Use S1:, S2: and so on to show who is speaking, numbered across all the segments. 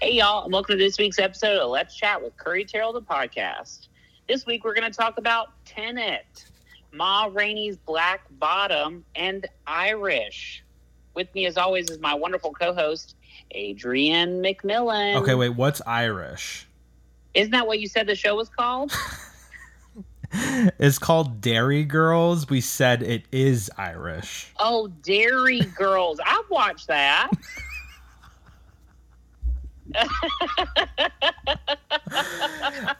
S1: Hey, y'all, and welcome to this week's episode of Let's Chat with Curry Terrell, the podcast. This week, we're going to talk about Tenet, Ma Rainey's Black Bottom, and Irish. With me, as always, is my wonderful co host, Adrienne McMillan.
S2: Okay, wait, what's Irish?
S1: Isn't that what you said the show was called?
S2: It's called Dairy Girls. We said it is Irish.
S1: oh, Dairy Girls. I've watched that.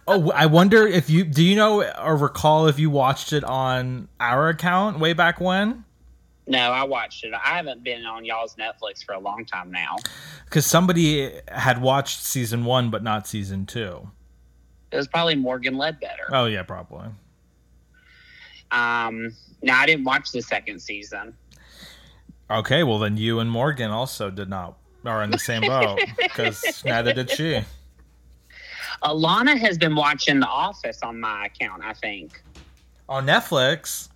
S2: Oh, I wonder if you do you know or recall if you watched it on our account way back when?
S1: No, I watched it. I haven't been on y'all's Netflix for a long time now.
S2: Because somebody had watched season one but not season two.
S1: It was probably Morgan Ledbetter.
S2: Oh yeah, probably.
S1: Um, no, I didn't watch the second season.
S2: Okay, well then you and Morgan also did not are in the same boat because neither did she.
S1: Alana has been watching The Office on my account, I think.
S2: On Netflix,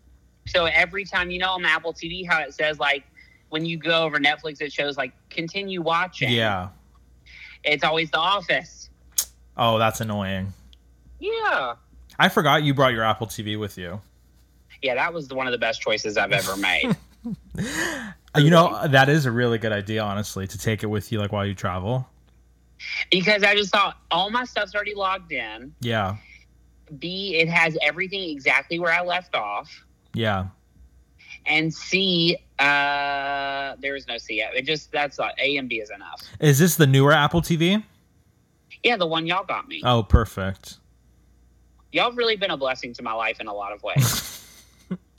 S1: So every time, you know, on Apple TV, how it says like when you go over Netflix, it shows like continue watching.
S2: yeah.
S1: It's always The Office.
S2: Oh, that's annoying.
S1: Yeah.
S2: I forgot you brought your Apple TV with you.
S1: Yeah, that was one of the best choices I've ever made.
S2: Uh, You know that is a really good idea, honestly, to take it with you like while you travel.
S1: because I just thought all my stuff's already logged in.
S2: Yeah,
S1: B, it has everything exactly where I left off.
S2: yeah.
S1: And C, uh, there is no C. It just, that's not, A and B is enough.
S2: Is this the newer Apple TV?
S1: Yeah, the one y'all got me.
S2: Oh, perfect.
S1: y'all have really been a blessing to my life in a lot of ways.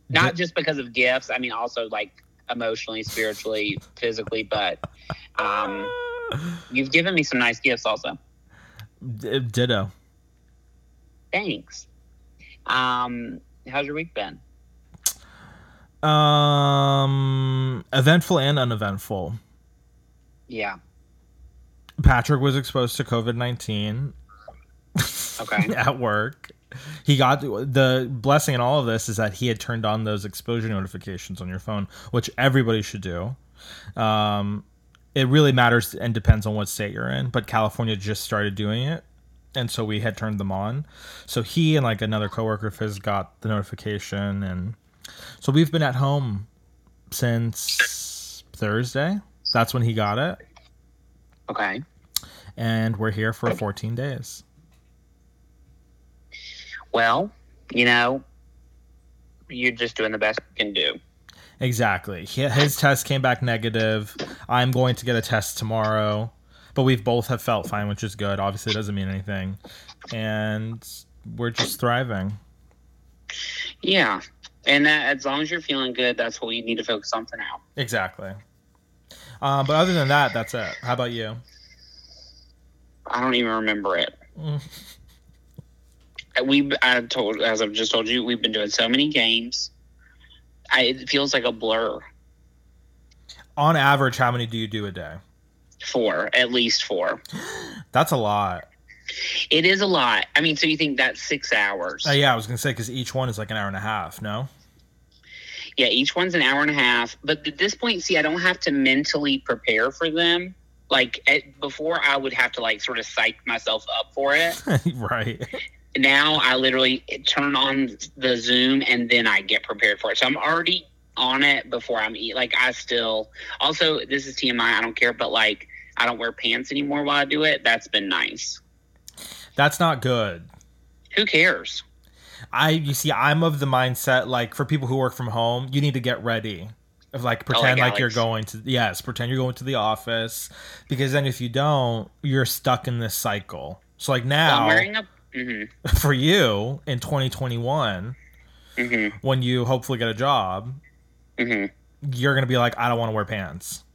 S1: Not just because of gifts, I mean, also like emotionally, spiritually, physically, but um, you've given me some nice gifts also.
S2: D- ditto.
S1: Thanks. Um, how's your week been?
S2: Um, eventful and uneventful.
S1: Yeah.
S2: Patrick was exposed to COVID nineteen
S1: Okay.
S2: at work. He got the blessing in all of this is that he had turned on those exposure notifications on your phone, which everybody should do. Um, it really matters and depends on what state you're in, but California just started doing it. And so we had turned them on. So he and like another coworker of his got the notification. And so we've been at home since Thursday. That's when he got it.
S1: Okay.
S2: And we're here for 14 days.
S1: Well, you know, you're just doing the best you can do.
S2: Exactly. He- His test came back negative. I'm going to get a test tomorrow, but we've both have felt fine, which is good. Obviously, it doesn't mean anything, and we're just thriving.
S1: Yeah. And that, as long as you're feeling good, that's what you need to focus on for now.
S2: Exactly. Um, but other than that, that's it. How about you?
S1: I don't even remember it.
S2: Mm.
S1: we I told as I've just told you, we've been doing so many games. I, it feels like a blur.
S2: On average, how many do you do a day?
S1: Four, at least four.
S2: That's a lot.
S1: It is a lot. I mean, so you think that's six hours?
S2: Uh, yeah, I was gonna say because each one is like an hour and a half. No.
S1: yeah, each one's an hour and a half. But at this point, see, I don't have to mentally prepare for them. Like at, before, I would have to like sort of psych myself up for it.
S2: right.
S1: now, I literally turn on the Zoom and then I get prepared for it. So I'm already on it before I'm eat. Like I still also this is TMI. I don't care, but like I don't wear pants anymore while I do it. That's been nice.
S2: That's not good.
S1: Who cares?
S2: I you see, I'm of the mindset like for people who work from home, you need to get ready. Of like pretend like
S1: Oh, Alex.
S2: you're going to yes, pretend you're going to the office because then if you don't, you're stuck in this cycle. So like
S1: I'm
S2: now
S1: wearing a. hmm
S2: for you in 2021
S1: hmm
S2: when you hopefully get a job,
S1: hmm
S2: you're going to be like I don't want to wear pants.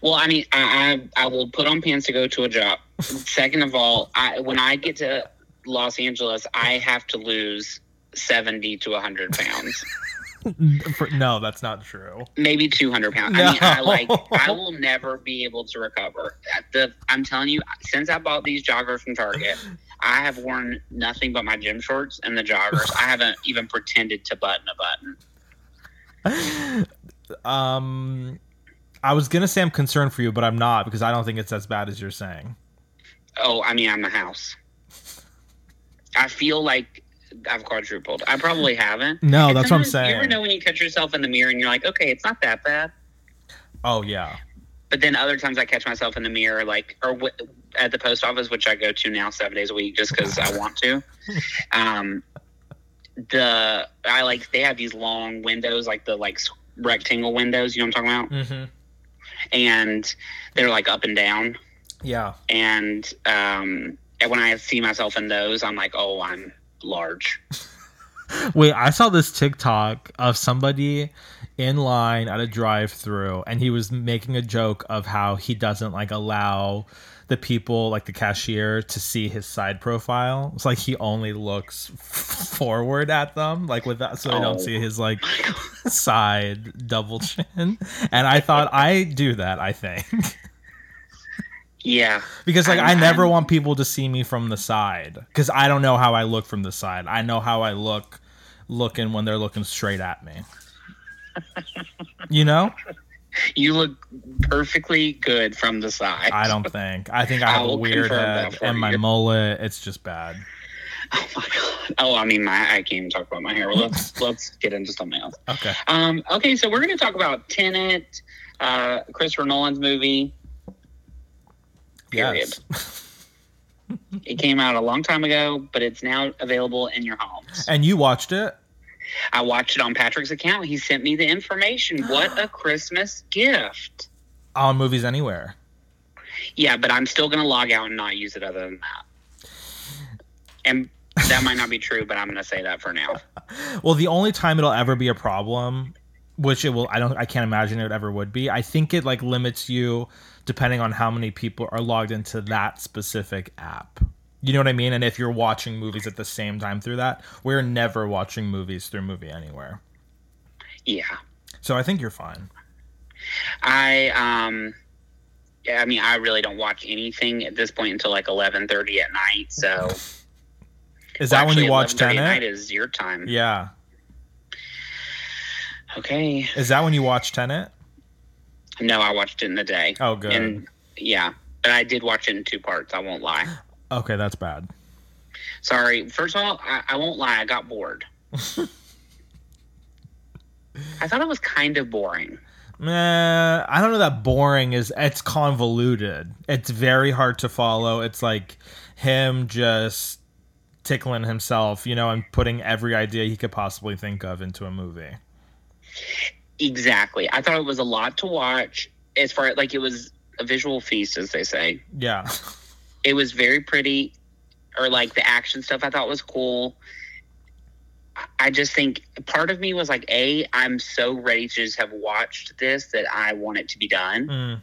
S1: Well, I mean, I, I I will put on pants to go to a job. Second of all, I when I get to Los Angeles, I have to lose seventy to hundred pounds,
S2: For- no, that's not true.
S1: maybe two hundred pounds. I mean, I
S2: No.
S1: like I will never be able to recover. At The I'm telling you, since I bought these joggers from Target, I have worn nothing but my gym shorts and the joggers. I haven't even pretended to button a button.
S2: Um I was going to say I'm concerned for you, but I'm not because I don't think it's as bad as you're saying.
S1: Oh, I mean, I'm the house. I feel like I've quadrupled. I probably haven't.
S2: No,
S1: And
S2: that's what I'm
S1: sometimes You ever
S2: saying.
S1: know when you catch yourself in the mirror and you're like, okay, it's not that bad.
S2: Oh yeah.
S1: But then other times I catch myself in the mirror, like, or w- at the post office, which I go to now seven days a week just because I want to. Um, the I like they have these long windows, like the like s- rectangle windows. You know what I'm talking about?
S2: Mm-hmm.
S1: And they're like up and down.
S2: Yeah.
S1: And um, and when I see myself in those, I'm like, oh, I'm large.
S2: Wait, I saw this TikTok of somebody in line at a drive-through, and he was making a joke of how he doesn't like allow the people, like the cashier, to see his side profile. It's like he only looks forward at them, like with that, so they
S1: Oh.
S2: don't see his like side double chin. And I thought I do that. I think
S1: Yeah.
S2: because like i
S1: I'm-
S2: never
S1: I'm-
S2: want people to see me from the side because I don't know how I look from the side. I know how I look looking when they're looking straight at me. you know,
S1: You look perfectly good from the side.
S2: I don't think. I think I
S1: I
S2: have a
S1: will
S2: weird
S1: confirm that
S2: head
S1: for
S2: and my
S1: you.
S2: mullet. It's just bad.
S1: Oh my god. Oh, I mean, my I can't even talk about my hair. Well, let's let's get into something else.
S2: Okay.
S1: Um, okay, so we're going to talk about Tenet, uh, Christopher Nolan's movie. Period.
S2: Yes.
S1: It came out a long time ago, but it's now available in your homes.
S2: And you watched it?
S1: I watched it on Patrick's account. He sent me the information. What a Christmas gift!
S2: On movies anywhere.
S1: Yeah, but I'm still going to log out and not use it. Other than that, and that might not be true, but I'm going to say that for now.
S2: Well, the only time it'll ever be a problem, which it will, I don't, I can't imagine it ever would be. I think it like limits you depending on how many people are logged into that specific app. You know what I mean? And if you're watching movies at the same time through that, we're never watching movies through Movie Anywhere.
S1: Yeah.
S2: So I think you're fine.
S1: I um yeah, I mean I really don't watch anything at this point until like eleven thirty at night. So
S2: Is that when
S1: Actually,
S2: you watch
S1: 11:30 at night
S2: Tenet?
S1: is your time.
S2: Yeah.
S1: Okay.
S2: Is that when you watch Tenet?
S1: No, I watched it in the day.
S2: Oh, good.
S1: And yeah. But I did watch it in two parts, I won't lie.
S2: okay, that's bad.
S1: Sorry. First of all, I, I won't lie, I got bored. I thought it was kind of boring.
S2: Nah, I don't know that boring is it's convoluted. It's very hard to follow. It's like him just tickling himself, you know, and putting every idea he could possibly think of into a movie.
S1: Exactly. I thought it was a lot to watch as far like it was a visual feast, as they say.
S2: Yeah.
S1: it was very pretty or like the action stuff i thought was cool I- i just think part of me was like a i'm so ready to just have watched this that i want it to be done
S2: Mm,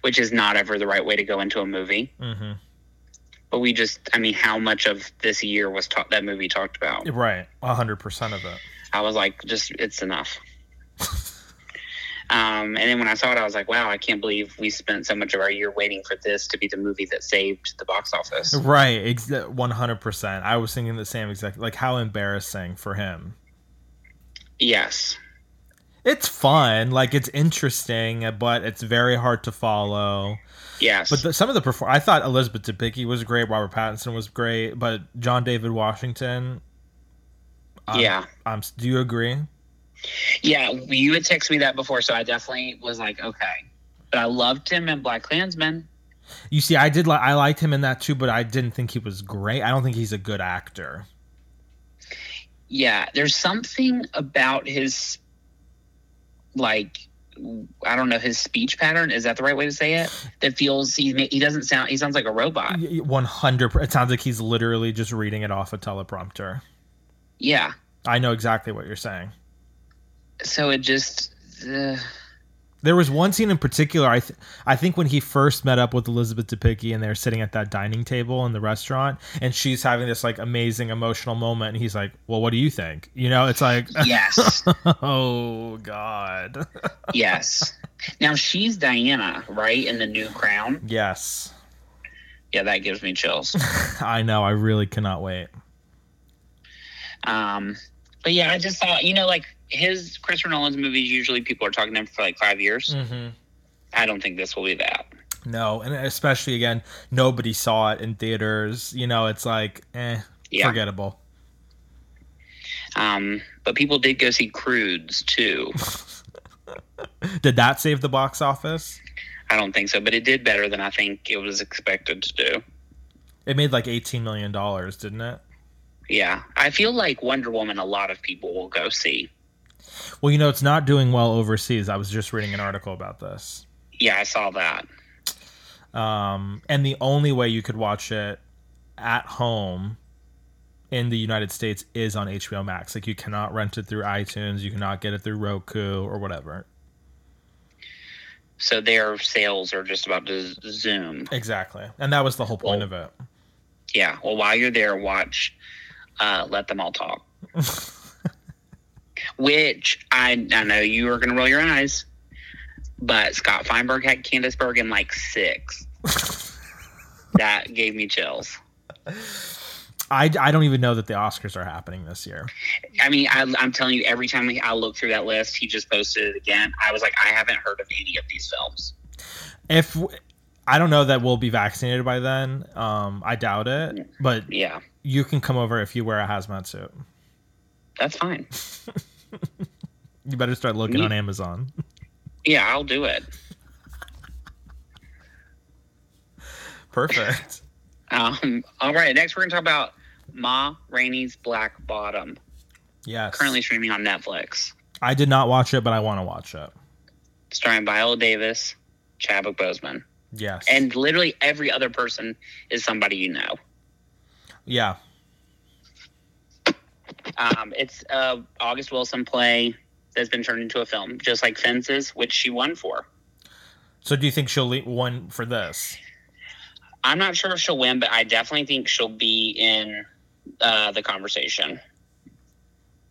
S1: which is not ever the right way to go into a movie
S2: mm-hmm.
S1: but we just i mean how much of this year was ta- that movie talked about
S2: Right. 100% of it.
S1: i was like just it's enough um, and then when i saw it i was like wow i can't believe we spent so much of our year waiting for this to be the movie that saved the box office
S2: Right. Ex- 100%. I was thinking the same exact like how embarrassing for him.
S1: yes
S2: It's fun, like it's interesting, but it's very hard to follow.
S1: yes
S2: But the, some of the perform, I thought Elizabeth Debicki was great, Robert Pattinson was great, but John David Washington. I'm-
S1: yeah
S2: I'm. Do you agree?
S1: Yeah, you had texted me that before, so I definitely was like, okay. But I loved him in Black Klansman.
S2: You see, I did. Li- I liked him in that too, but I didn't think he was great. I don't think he's a good actor.
S1: Yeah, there's something about his, like, I don't know, his speech pattern. Is that the right way to say it? That feels he ma- he doesn't sound he sounds like a robot.
S2: One hundred. It sounds like he's literally just reading it off a teleprompter.
S1: Yeah,
S2: I know exactly what you're saying.
S1: so it just. Uh,
S2: There was one scene in particular. I th- I think when he first met up with Elizabeth Debicki and they're sitting at that dining table in the restaurant, and she's having this like amazing emotional moment, and he's like, "Well, what do you think?" You know, it's like,
S1: yes,
S2: oh God,
S1: yes. Now she's Diana, right? In the new crown.
S2: yes,
S1: Yeah, that gives me chills.
S2: I know. I really cannot wait.
S1: Um, but yeah, I just thought, you know, like his
S2: Mm.
S1: Christopher Nolan's movies, usually people are talking to him for like five years.
S2: Mm-hmm.
S1: I don't think this will be that.
S2: No, and especially again, nobody saw it in theaters. You know, it's like, eh,
S1: Yeah.
S2: forgettable.
S1: Um, but people did go see Crudes too.
S2: Did that save the box office?
S1: I don't think so, but it did better than I think it was expected to do.
S2: It made like eighteen million dollars, didn't it?
S1: Yeah, I feel like Wonder Woman. A lot of people will go see.
S2: Well, you know, it's not doing well overseas. I was just reading an article about this.
S1: Yeah, I saw that.
S2: Um, and the only way you could watch it at home in the United States is on HBO Max. Like you cannot rent it through iTunes, you cannot get it through Roku or whatever.
S1: So their sales are just about to z- zoom.
S2: Exactly. And that was the whole point of it.
S1: Yeah. Well, while you're there, watch. Uh, Let them all talk. Which I I know you are gonna roll your eyes, but Scott Feinberg had Candace Bergen like six. that gave me chills.
S2: I, I don't even know that the Oscars are happening this year.
S1: I mean, I, I'm telling you, every time I look through that list, he just posted it again. I was like, I haven't heard of any of these films.
S2: If I don't know that we'll be vaccinated by then, um, I doubt it. But
S1: Yeah,
S2: you can come over if you wear a hazmat suit.
S1: that's fine.
S2: You better start looking
S1: Yeah.
S2: on Amazon.
S1: Yeah, I'll do it.
S2: Perfect.
S1: Um, all right, next we're gonna talk about Ma Rainey's Black Bottom,
S2: Yes.
S1: currently streaming on Netflix,
S2: I did not watch it, but I want to watch it.
S1: starring Viola Davis, Chadwick Boseman,
S2: Yes.
S1: and literally every other person is somebody you know.
S2: yeah.
S1: Um, it's a August Wilson play that's been turned into a film, just like Fences, which she won for.
S2: So do you think she'll leave one for this?
S1: I'm not sure if she'll win, but I definitely think she'll be in uh, the conversation.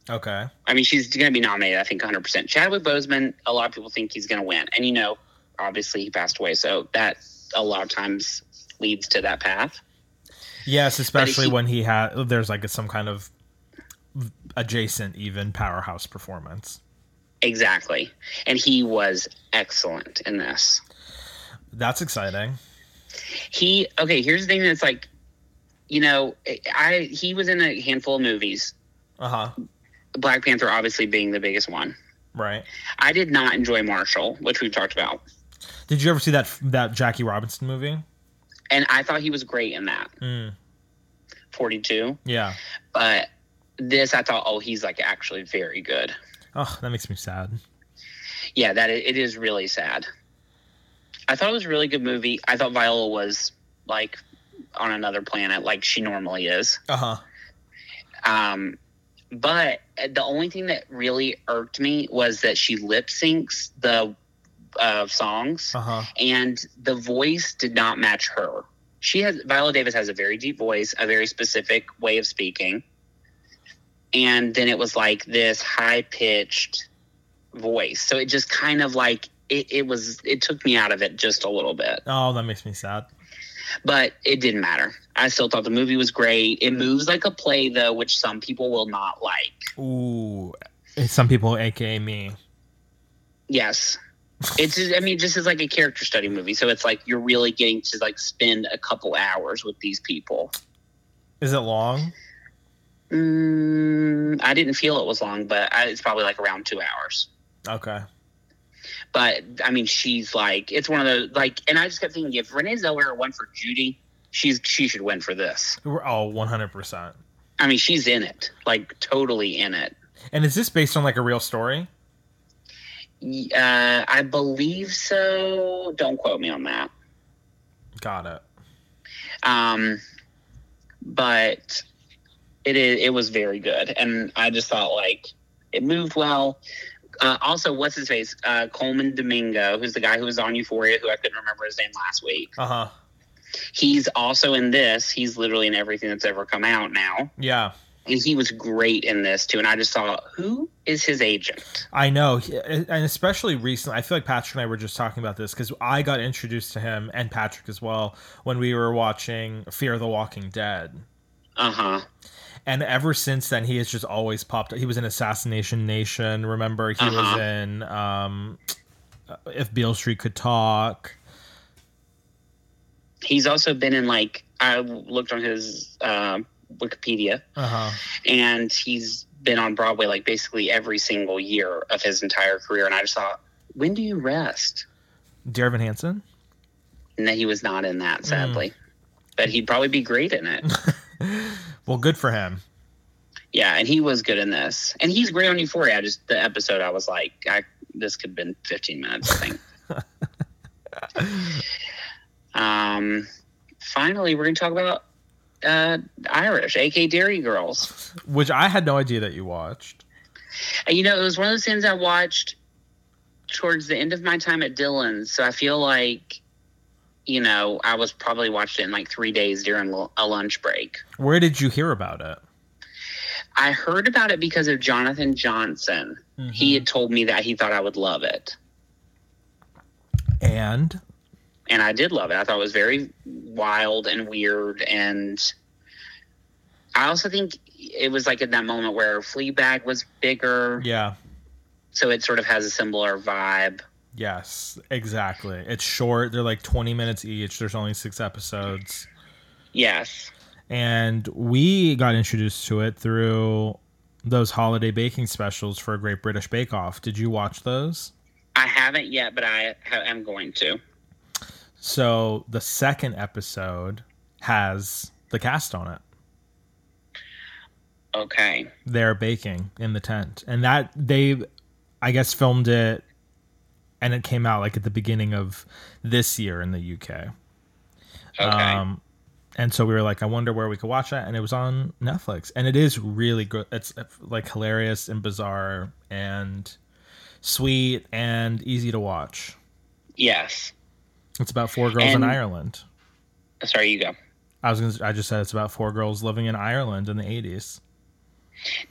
S2: Okay.
S1: I mean, she's going to be nominated, I think, 100%. Chadwick Boseman, a lot of people think he's going to win. And, you know, obviously he passed away. So that a lot of times leads to that path.
S2: Yes, especially
S1: he-
S2: when he had there's like some kind of adjacent even powerhouse performance.
S1: Exactly. And he was excellent in this.
S2: That's exciting.
S1: He, okay, here's the thing that's like, you know, I he was in a handful of movies,
S2: Uh huh.
S1: Black Panther obviously being the biggest one.
S2: Right.
S1: I did not enjoy Marshall, which we've talked about.
S2: Did you ever see that that Jackie Robinson movie?
S1: And I thought he was great in that.
S2: Mm,
S1: 42
S2: yeah.
S1: but this i thought oh he's like actually very good
S2: Oh, that makes me sad.
S1: yeah that i- it is really sad i thought it was a really good movie i thought viola was like on another planet like she normally is
S2: Uh huh.
S1: um but the only thing that really irked me was that she lip syncs the uh, songs
S2: Uh huh.
S1: and the voice did not match her. She has Viola Davis has a very deep voice, a very specific way of speaking. And then it was like this high pitched voice. So it just kind of like it, it was it took me out of it just a little bit.
S2: Oh, that makes me sad.
S1: But it didn't matter. I still thought the movie was great. It moves like a play though, which some people will not like.
S2: Ooh. Some people, aka me.
S1: Yes. It's just- I mean, just as like a character study movie. So it's like you're really getting to like spend a couple hours with these people.
S2: Is it long?
S1: Mm, I didn't feel it was long, but I, it's probably like around two hours.
S2: Okay.
S1: But I mean, she's like, it's one of those like, and I just kept thinking, if Renee Zellweger won for Judy, she's she should win for this.
S2: We're oh, all 100%.
S1: I mean, she's in it, like totally in it.
S2: And is this based on like a real story?
S1: Y- Uh, I believe so. Don't quote me on that.
S2: Got it.
S1: Um, but it is, it was very good, and I just thought like it moved well. Uh, also, what's his face? Uh, Coleman Domingo, who's the guy who was on Euphoria, who I couldn't remember his name last week.
S2: Uh huh.
S1: He's also in this. He's literally in everything that's ever come out now,
S2: Yeah.
S1: and he was great in this too. And I just thought, who is his agent?
S2: I know, He- and especially recently, I feel like Patrick and I were just talking about this because I got introduced to him and Patrick as well when we were watching Fear of the Walking Dead,
S1: Uh huh.
S2: and ever since then he has just always popped. up. He was in Assassination Nation, remember? He was uh,
S1: Uh-huh.
S2: in um, If Beale Street Could Talk.
S1: he's also been in like I looked on his um, Wikipedia,
S2: Uh-huh.
S1: and he's been on Broadway like basically every single year of his entire career. And I just thought, when do you rest?
S2: Dear Evan Hansen?
S1: And that he was not in that, sadly. But he'd probably be great in it.
S2: Well, good for him.
S1: yeah, and he was good in this, and he's great on Euphoria. I just the episode, I was like, I this could have been 15 minutes. I think. um, finally, we're gonna talk about uh, Irish, aka Dairy Girls.
S2: Which I had no idea that you watched.
S1: And, You know, it was one of those things I watched towards the end of my time at Dillon's. So I feel like, you know, I was probably watched it in like three days during lu- a lunch break.
S2: Where did you hear about it?
S1: I heard about it because of Jonathan Johnson. He had told me that he thought I would love it.
S2: And
S1: And I did love it. I thought it was very wild and weird. And I also think it was like at that moment where Fleabag was bigger.
S2: yeah,
S1: So it sort of has a similar vibe.
S2: yes, exactly. It's short. They're like 20 minutes each. There's only 6 episodes.
S1: Yes.
S2: and we got introduced to it through those holiday baking specials for Great British Bake Off. Did you watch those?
S1: I haven't yet, but I ha- am going to.
S2: So the second episode has the cast on it.
S1: Okay.
S2: They're baking in the tent, and that they, I guess, filmed it, and it came out like at the beginning of this year in the UK.
S1: Okay.
S2: Um, and so we were like, I wonder where we could watch that, and it was on Netflix, and it is really good. It's uh, like hilarious and bizarre and sweet and easy to watch.
S1: yes.
S2: It's about four girls in
S1: And-
S2: Ireland.
S1: Sorry, you go.
S2: I was gonna, I just said it's about four girls living in Ireland in the eighties.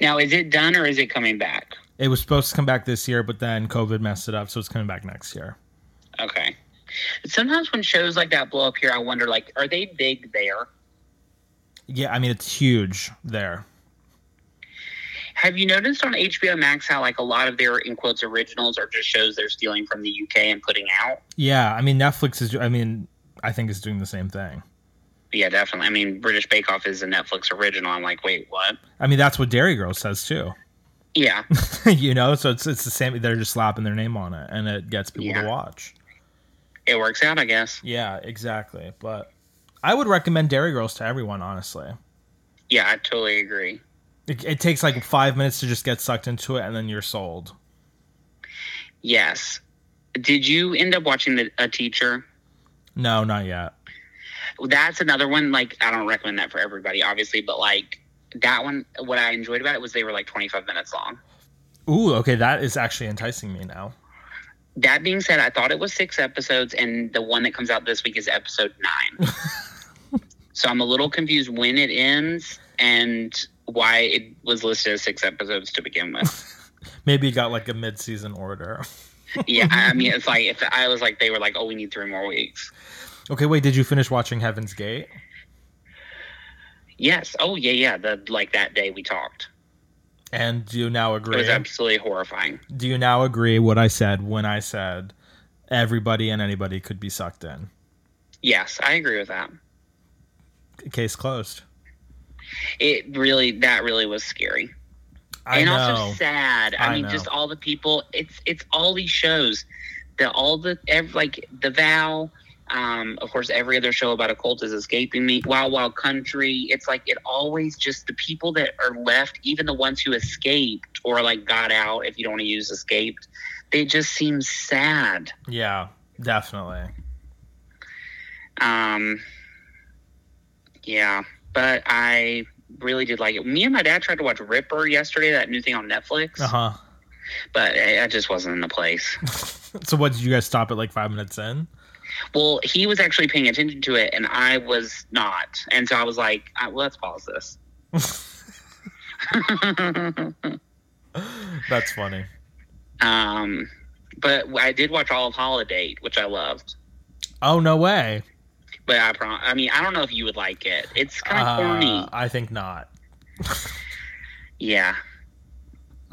S1: Now, is it done or is it coming back?
S2: It was supposed to come back this year, but then COVID messed it up, so it's coming back next year.
S1: Okay. Sometimes when shows like that blow up here, I wonder, like, are they big there?
S2: Yeah, I mean it's huge there.
S1: Have you noticed on HBO Max how, like, a lot of their, in quotes, originals are just shows they're stealing from the UK and putting out?
S2: Yeah, I mean Netflix is. do- I mean, I think it's doing the same thing.
S1: Yeah, definitely. I mean, British Bake Off is a Netflix original. I'm like, wait, what?
S2: I mean that's what Dairy Girl says too.
S1: Yeah.
S2: you know so it's it's the same they're just slapping their name on it and it gets people
S1: Yeah.
S2: to watch
S1: it works out, I guess.
S2: yeah exactly but i would recommend dairy girls to everyone honestly
S1: Yeah, I totally agree.
S2: it, it takes like five minutes to just get sucked into it and then you're sold
S1: Yes. Did you end up watching the, a teacher?
S2: no not yet
S1: that's another one like i don't recommend that for everybody obviously but like that one what i enjoyed about it was they were like 25 minutes long
S2: ooh okay that is actually enticing me now
S1: that being said i thought it was six episodes and the one that comes out this week is episode nine so i'm a little confused when it ends and why it was listed as six episodes to begin with
S2: maybe you got like a mid-season order
S1: yeah i I mean it's like if i was like they were like oh we need three more weeks
S2: okay wait did you finish watching heaven's gate
S1: yes oh yeah yeah the like that day we talked
S2: and do you now
S1: it
S2: agree
S1: was absolutely horrifying
S2: do you now agree what i said when i said everybody and anybody could be sucked in
S1: yes i agree with that
S2: case closed
S1: it really that really was scary
S2: I
S1: and
S2: know.
S1: also sad. I,
S2: I
S1: mean,
S2: know.
S1: just all the people. It's it's all these shows that all the ev like the vow. Um, of course, every other show about a cult is escaping me. Wild Wild Country. It's like it always just the people that are left, even the ones who escaped or like got out. If you don't want to use escaped, they just seem sad.
S2: Yeah, definitely.
S1: Um, yeah, but I really did like it. Me and my dad tried to watch Ripper yesterday, that new thing on Netflix,
S2: Uh
S1: but I, I just wasn't in the place.
S2: huh. So, what did you guys stop at like five minutes in?
S1: Well, he was actually paying attention to it, and I was not. And so I was like, I, let's pause this.
S2: That's funny.
S1: um, but I did watch all of Holiday, which I loved.
S2: Oh no way.
S1: But I prom- I mean, I don't know if you would like it. It's kind of
S2: Uh,
S1: corny.
S2: I think not.
S1: Yeah.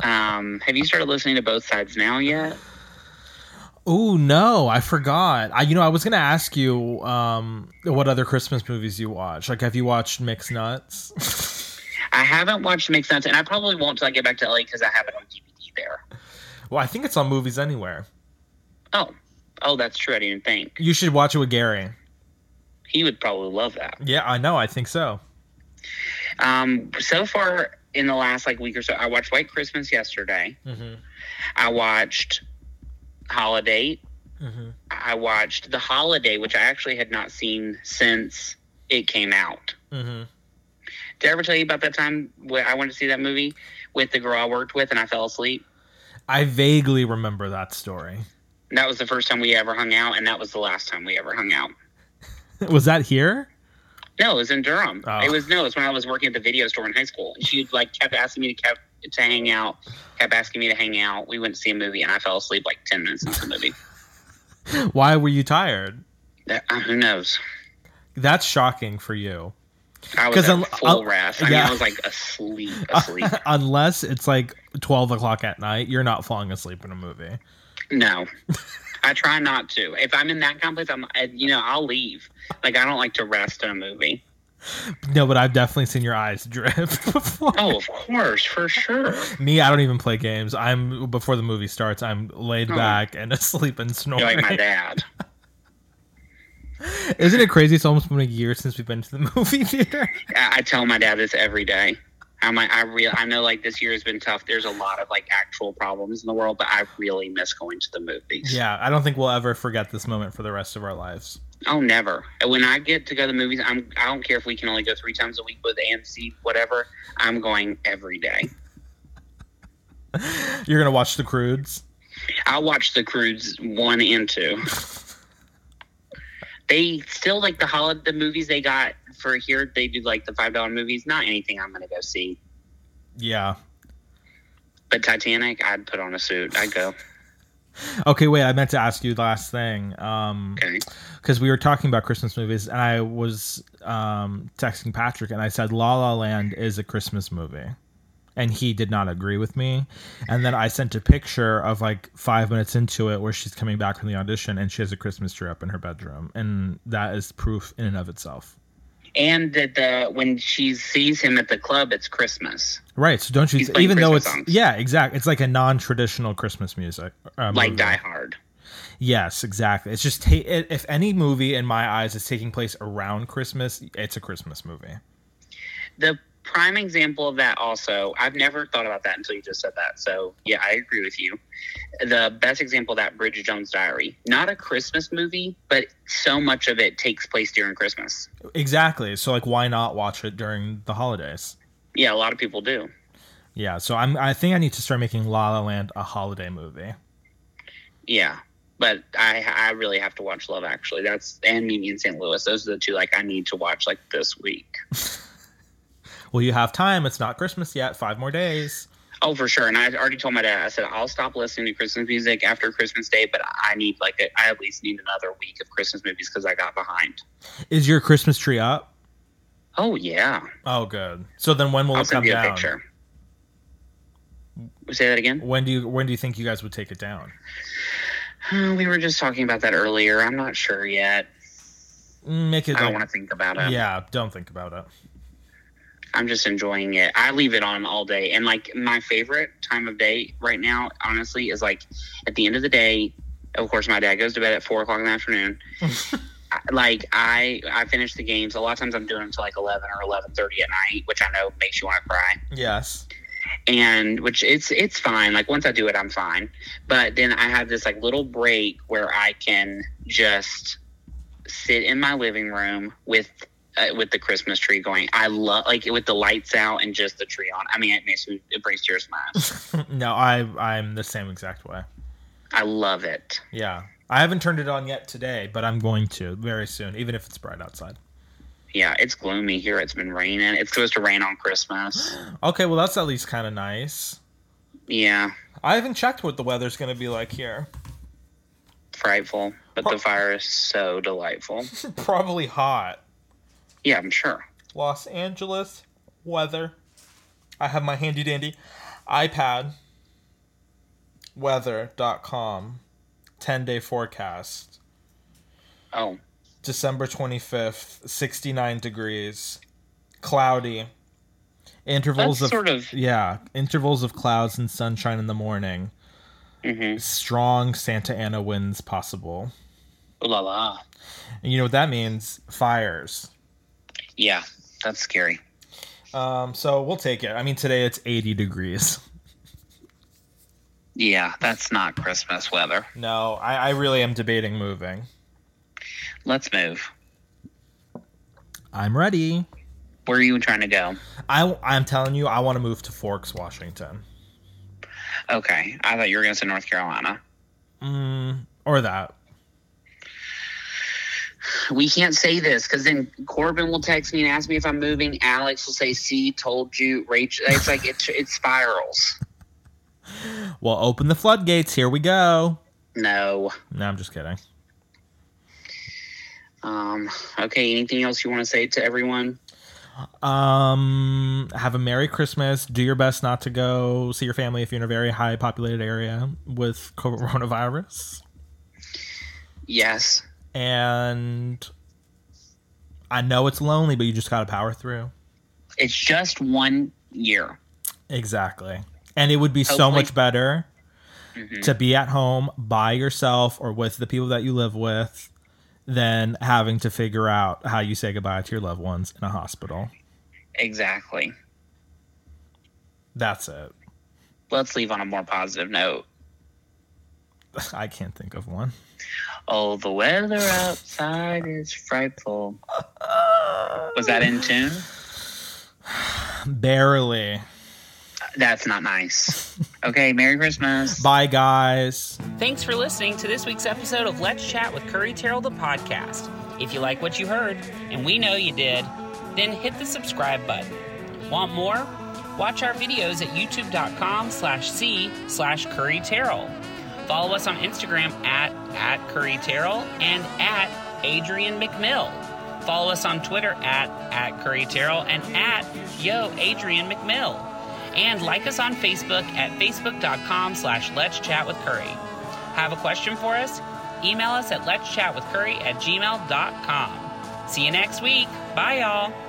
S1: Um, have you started listening to both sides now yet?
S2: Oh no, I forgot. I you know I was gonna ask you um what other Christmas movies you watch. Like, have you watched Mixed Nuts?
S1: I haven't watched Make Sense, and I probably won't till I get back to LA because I have it on DVD there.
S2: well, I think it's on Movies Anywhere.
S1: Oh, oh, that's true. I didn't think
S2: You should watch it with Gary.
S1: he would probably love that.
S2: Yeah, I know. I think so.
S1: Um, so far in the last like week or so, I watched White Christmas yesterday.
S2: Mm-hmm.
S1: I watched Holiday.
S2: Mm-hmm.
S1: I watched The Holiday, which I actually had not seen since it came out.
S2: Mm-hmm.
S1: Did I ever tell you about that time where I went to see that movie with the girl I worked with and I fell asleep?
S2: I vaguely remember that story.
S1: That was the first time we ever hung out, and that was the last time we ever hung out.
S2: was that here?
S1: No, it was in Durham.
S2: Oh.
S1: It was no, it was when I was working at the video store in high school. And she like kept asking me to kept to hang out, kept asking me to hang out. We went to see a movie, and I fell asleep like ten minutes into the movie.
S2: Why were you tired?
S1: That, uh, who knows?
S2: That's shocking for you.
S1: I
S2: 'Cause
S1: was at
S2: I'll-
S1: full
S2: I'll-
S1: rest. I mean,
S2: yeah.
S1: I was like asleep, asleep.
S2: Unless it's like twelve o'clock at night, you're not falling asleep in a movie.
S1: no, I try not to. If I'm in that kind of place, I'm uh, you know I'll leave. Like I don't like to rest in a movie.
S2: No, but I've definitely seen your eyes drip before.
S1: Oh, of course, for sure.
S2: Me, I don't even play games. I'm before the movie starts. I'm laid
S1: Oh.
S2: back and asleep and
S1: You're
S2: snoring.
S1: like my dad.
S2: Isn't it crazy? It's almost been a year since we've been to the movie theater.
S1: I, I tell my dad this every day. I'm like, I real, I know like this year has been tough. There's a lot of like actual problems in the world, but I really miss going to the movies.
S2: yeah, I don't think we'll ever forget this moment for the rest of our lives.
S1: Oh, never. And When I get to go to the movies, I'm I don't care if we can only go three times a week with AMC, whatever. I'm going every day.
S2: You're gonna watch The Crudes.
S1: I watched The Crudes one and two. they still like the holiday the movies they got for here. They do like the five dollar movies. Not anything I'm gonna go see.
S2: Yeah.
S1: But Titanic, I'd put on a suit. I'd go.
S2: Okay, wait. I meant to ask you the last thing. Um,
S1: Okay.
S2: because we were talking about Christmas movies, and I was um, texting Patrick, and I said La La Land is a Christmas movie, and he did not agree with me. And then I sent a picture of like five minutes into it where she's coming back from the audition, and she has a Christmas tree up in her bedroom, and that is proof in and of itself.
S1: and that the when she sees him at the club, it's Christmas,
S2: Right, so don't you?
S1: He's
S2: Even
S1: playing
S2: though it's
S1: Christmas songs.
S2: yeah, exactly, it's like a non-traditional Christmas music. Uh,
S1: like
S2: movie.
S1: Die Hard.
S2: Yes, exactly. It's just ta- if any movie in my eyes is taking place around Christmas, it's a Christmas movie.
S1: The prime example of that, also, I've never thought about that until you just said that. So yeah, I agree with you. The best example of that, Bridget Jones' Diary, not a Christmas movie, but so much of it takes place during Christmas.
S2: Exactly. So like why not watch it during the holidays?
S1: Yeah, a lot of people do.
S2: Yeah, so I'm I think I need to start making La La Land a holiday movie.
S1: Yeah. But I I really have to watch Love Actually. That's and Meet in St. Louis. Those are the two like I need to watch like this week.
S2: Well, you have time. It's not Christmas yet. 5 more days.
S1: Oh, for sure. And I already told my dad. I said I'll stop listening to Christmas music after Christmas Day, but I need like a, I at least need another week of Christmas movies because I got behind.
S2: Is your Christmas tree up?
S1: Oh yeah,
S2: Oh good. So then when will
S1: I'll
S2: it come
S1: send you a
S2: down?
S1: picture. Say that again.
S2: When do you when do you think you guys would take it down?
S1: Uh, we were just talking about that earlier. I'm not sure yet.
S2: Mm, Make it
S1: I don't
S2: like-
S1: want to think about it.
S2: Yeah, don't think about it.
S1: I'm just enjoying it. I leave it on all day. And like my favorite time of day right now, honestly, is like at the end of the day. Of course, my dad goes to bed at four o'clock in the afternoon. I- like I, I finish the games. A lot of times I'm doing them to like eleven or eleven thirty at night, which I know makes you want to cry.
S2: Yes.
S1: And which it's it's fine. Like once I do it, I'm fine. But then I have this like little break where I can just sit in my living room with uh, with the Christmas tree going. I love like with the lights out and just the tree on. I mean, it makes me it brings tears to my eyes.
S2: no, I I'm the same exact way.
S1: I love it.
S2: Yeah. I haven't turned it on yet today, but I'm going to very soon, even if it's bright outside.
S1: Yeah, it's gloomy here. It's been raining. It's supposed to rain on Christmas.
S2: Okay, well that's at least kind of nice.
S1: Yeah,
S2: I haven't checked what the weather's going to be like here.
S1: frightful. But the fire is so delightful.
S2: Probably hot.
S1: Yeah, I'm sure.
S2: Los Angeles weather. I have my handy dandy iPad weather.com. 10 day forecast.
S1: Oh,
S2: December 25th, 69 degrees, cloudy. Intervals
S1: that's
S2: of
S1: sort of.
S2: yeah, intervals of clouds and sunshine in the morning.
S1: hmm
S2: Strong Santa Ana winds possible.
S1: Ooh la la.
S2: And you know what that means? Fires.
S1: Yeah, that's scary.
S2: Um, so we'll take it. I mean, today it's 80 degrees.
S1: Yeah, that's not Christmas weather.
S2: No, I, I really am debating moving.
S1: Let's move.
S2: I'm ready.
S1: Where are you trying to go?
S2: I, I'm telling you, I want to move to Forks, Washington.
S1: Okay, I thought you were going to say North Carolina.
S2: Mm, or that.
S1: We can't say this because then Corbin will text me and ask me if I'm moving. Alex will say, "See, told you." Rachel, it's like it, it spirals.
S2: Well, open the floodgates. Here we go.
S1: No.
S2: No, I'm just kidding.
S1: Um. Okay. Anything else you want to say to everyone?
S2: Um, have a Merry Christmas. Do your best not to go see your family if you're in a very high populated area with coronavirus.
S1: Yes.
S2: And I know it's lonely, but you just got to power through.
S1: It's just one year.
S2: Exactly. And it would be so
S1: Hopefully-
S2: much better
S1: Mhm.
S2: to be at home by yourself or with the people that you live with than having to figure out how you say goodbye to your loved ones in a hospital.
S1: Exactly.
S2: That's it.
S1: Let's leave on a more positive note.
S2: I can't think of one.
S1: Oh, the weather outside is frightful. Was that in tune?
S2: Barely.
S1: That's not nice. Okay, Merry Christmas.
S2: Bye, guys.
S1: Thanks for listening to this week's episode of Let's Chat with Curry Terrell, the podcast. If you like what you heard, and we know you did, then hit the subscribe button. Want more? Watch our videos at youtube.com slash C slash Curry Terrell. Follow us on Instagram at, at Curry Terrell and at Adrian McMill. Follow us on Twitter at, at Curry Terrell and at Yo Adrian McMill. And like us on Facebook at facebook.com slash Let's Chat with Curry. Have a question for us? Email us at let's chat with curry at gmail.com. See you next week. Bye, y'all.